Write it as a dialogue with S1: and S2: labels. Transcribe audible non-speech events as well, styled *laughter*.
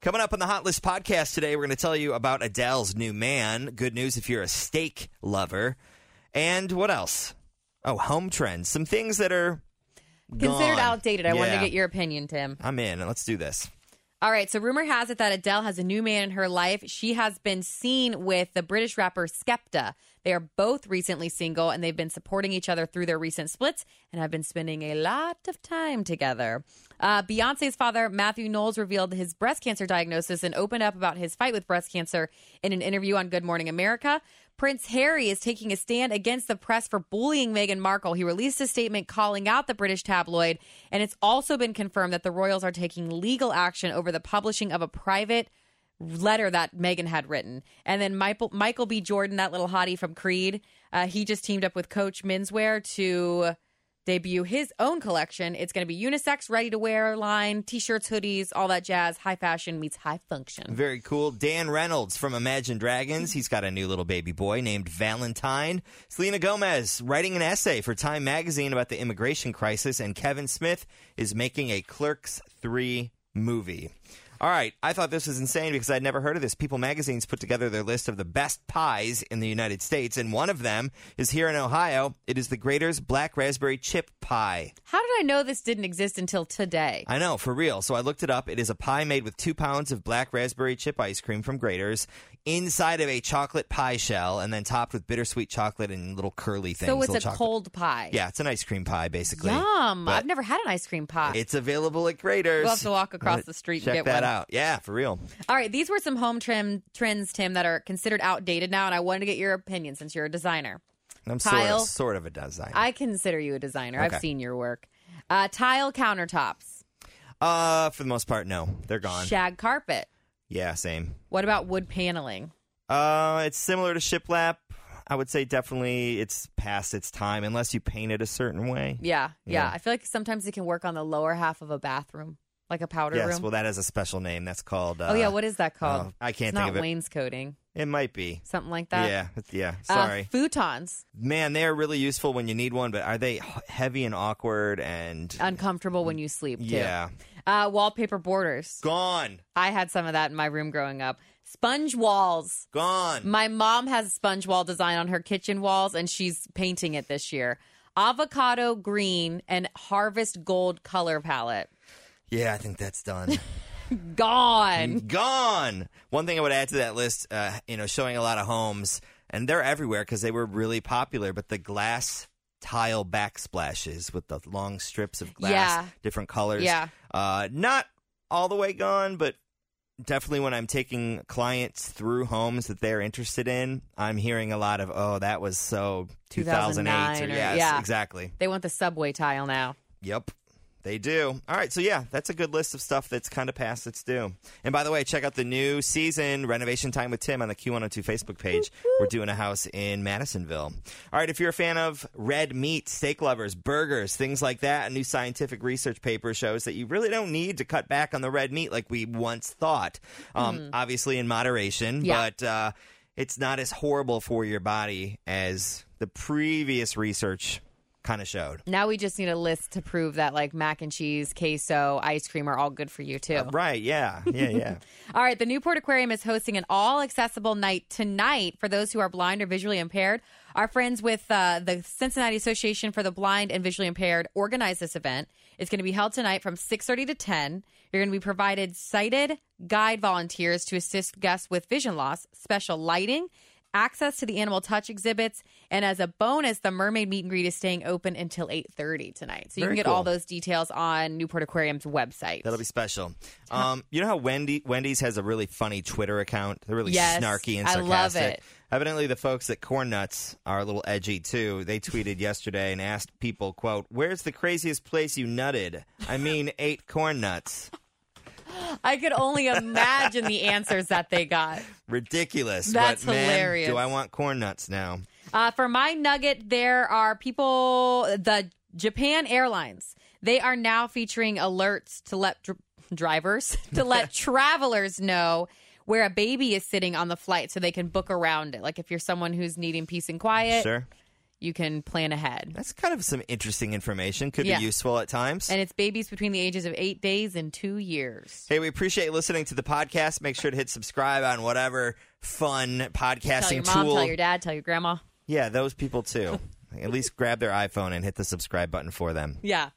S1: Coming up on the Hot List podcast today, we're going to tell you about Adele's new man. Good news if you're a steak lover. And what else? Oh, home trends. Some things that are
S2: Considered
S1: gone.
S2: outdated. I wanted to
S1: Yeah.
S2: get your opinion, Tim.
S1: I'm in. Let's do this.
S2: All right, so rumor has it that Adele has a new man in her life. She has been seen with the British rapper Skepta. They are both recently single and they've been supporting each other through their recent splits and have been spending a lot of time together. Uh, Beyonce's father, Matthew Knowles, revealed his breast cancer diagnosis and opened up about his fight with breast cancer in an interview on Good Morning America. Prince Harry is taking a stand against the press for bullying Meghan Markle. He released a statement calling out the British tabloid, and it's also been confirmed that the royals are taking legal action over the publishing of a private letter that Meghan had written. And then Michael, Michael B. Jordan, that little hottie from Creed, uh, he just teamed up with Coach Menswear to debut his own collection. It's going to be unisex, ready to wear line, t shirts, hoodies, all that jazz. High fashion meets high function.
S1: Very cool. Dan Reynolds from Imagine Dragons. He's got a new little baby boy named Valentine. Selena Gomez writing an essay for Time Magazine about the immigration crisis. And Kevin Smith is making a Clerks 3 movie. All right. I thought this was insane because I'd never heard of this. People Magazine's put together their list of the best pies in the United States. And one of them is here in Ohio. It is the Grater's Black Raspberry Chip Pie.
S2: How did I know this didn't exist until today?
S1: I know, for real. So I looked it up. It is a pie made with two pounds of black raspberry chip ice cream from Graders inside of a chocolate pie shell and then topped with bittersweet chocolate and little curly things.
S2: So it's
S1: little
S2: a
S1: chocolate-
S2: cold pie.
S1: Yeah, it's an ice cream pie, basically.
S2: Yum.
S1: But
S2: I've never had an ice cream pie.
S1: It's available at Graders.
S2: We'll have to walk across the street and
S1: Check
S2: get
S1: that
S2: one.
S1: out. Yeah, for real.
S2: All right, these were some home trim trends, Tim, that are considered outdated now, and I wanted to get your opinion since you're a designer.
S1: I'm sort
S2: Tile.
S1: of, sort of a designer.
S2: I consider you a designer.
S1: Okay.
S2: I've seen your work. Uh, tile countertops,
S1: uh, for the most part, no, they're gone.
S2: shag carpet.
S1: yeah, same.
S2: What about wood paneling?
S1: Uh, it's similar to shiplap. I would say definitely it's past its time unless you paint it a certain way.
S2: Yeah, yeah,
S1: Yeah.
S2: I feel like sometimes it can work on the lower half of a bathroom, like a powder
S1: Yes,
S2: room.
S1: well, that has a special name. That's called. Uh,
S2: oh yeah, what is that called?
S1: oh, I can't
S2: it's
S1: think
S2: not
S1: of it.
S2: Wainscoting,
S1: It might be.
S2: something like that.
S1: yeah, it's- yeah.
S2: Uh,
S1: Sorry,
S2: futons,
S1: man. They are really useful when you need one, but are they h- heavy and awkward and
S2: uncomfortable when you sleep. Too.
S1: yeah,
S2: Uh, wallpaper borders.
S1: gone,
S2: I had some of that in my room growing up. Sponge walls.
S1: gone.
S2: My mom has sponge wall design on her kitchen walls, and she's painting it this year. Avocado green and harvest gold color palette.
S1: Yeah, I think that's done. Mm.
S2: Gone.
S1: gone. One thing I would add to that list, uh, you know, showing a lot of homes, and they're everywhere because they were really popular. But the glass tile backsplashes with the long strips of glass,
S2: Yeah.
S1: different colors,
S2: Yeah.
S1: uh, not all the way gone, but definitely when I'm taking clients through homes that they're interested in, I'm hearing a lot of, oh, that was so 2008 or,
S2: 2009 or-
S1: yes,
S2: yeah.
S1: exactly.
S2: They want the subway tile now.
S1: Yep. They do. All right, so yeah, that's a good list of stuff that's kind of past its due. And by the way, check out the new season, Renovation Time with Tim, on the Q102 Facebook page. We're doing a house in Madisonville. All right, if you're a fan of red meat, steak lovers, burgers, things like that, a new scientific research paper shows that you really don't need to cut back on the red meat like we once thought. Um, Obviously, in moderation,
S2: Yeah.
S1: but uh, it's not as horrible for your body as the previous research kind of showed.
S2: Now we just need a list to prove that like mac and cheese, queso, ice cream are all good for you too.
S1: Right, yeah, yeah, yeah. *laughs*
S2: All right, the Newport Aquarium is hosting an all accessible night tonight for those who are blind or visually impaired. Our friends with uh, the Cincinnati Association for the Blind and Visually Impaired organized this event. It's going to be held tonight from 6:30 to 10. You're going to be provided sighted guide volunteers to assist guests with vision loss, special lighting, access to the animal touch exhibits, and as a bonus, the mermaid meet and greet is staying open until 8:30 tonight. So you
S1: Very
S2: can get
S1: cool.
S2: all those details on Newport Aquarium's website.
S1: That'll be special. Um, you know how Wendy Wendy's has a really funny Twitter account. They're really
S2: Yes,
S1: snarky and
S2: I
S1: sarcastic.
S2: love it.
S1: Evidently, the folks at Corn Nuts are a little edgy too. They tweeted *laughs* yesterday and asked people, "quote Where's the craziest place you nutted? I
S2: *laughs*
S1: mean, ate corn nuts.
S2: I could only imagine the answers that they got.
S1: Ridiculous.
S2: That's
S1: but, man,
S2: hilarious.
S1: Do I want corn nuts now?
S2: Uh, for my nugget, there are people, the Japan Airlines, they are now featuring alerts to let dr- drivers, *laughs*
S1: *laughs*
S2: to let travelers know where a Eh. baby is sitting on the flight so they can book around it. Like if you're someone who's needing peace and quiet,
S1: Sure.
S2: you can plan ahead.
S1: That's kind of some interesting information. Could
S2: Yeah.
S1: be useful at times.
S2: And it's babies between the ages of eight days and two years.
S1: Hey, we appreciate listening to the podcast. Make sure to hit subscribe on whatever fun podcasting
S2: Tell your mom,
S1: tool.
S2: tell your dad, tell your grandma.
S1: yeah, those people too. At least grab their iPhone and hit the subscribe button for them.
S2: Yeah.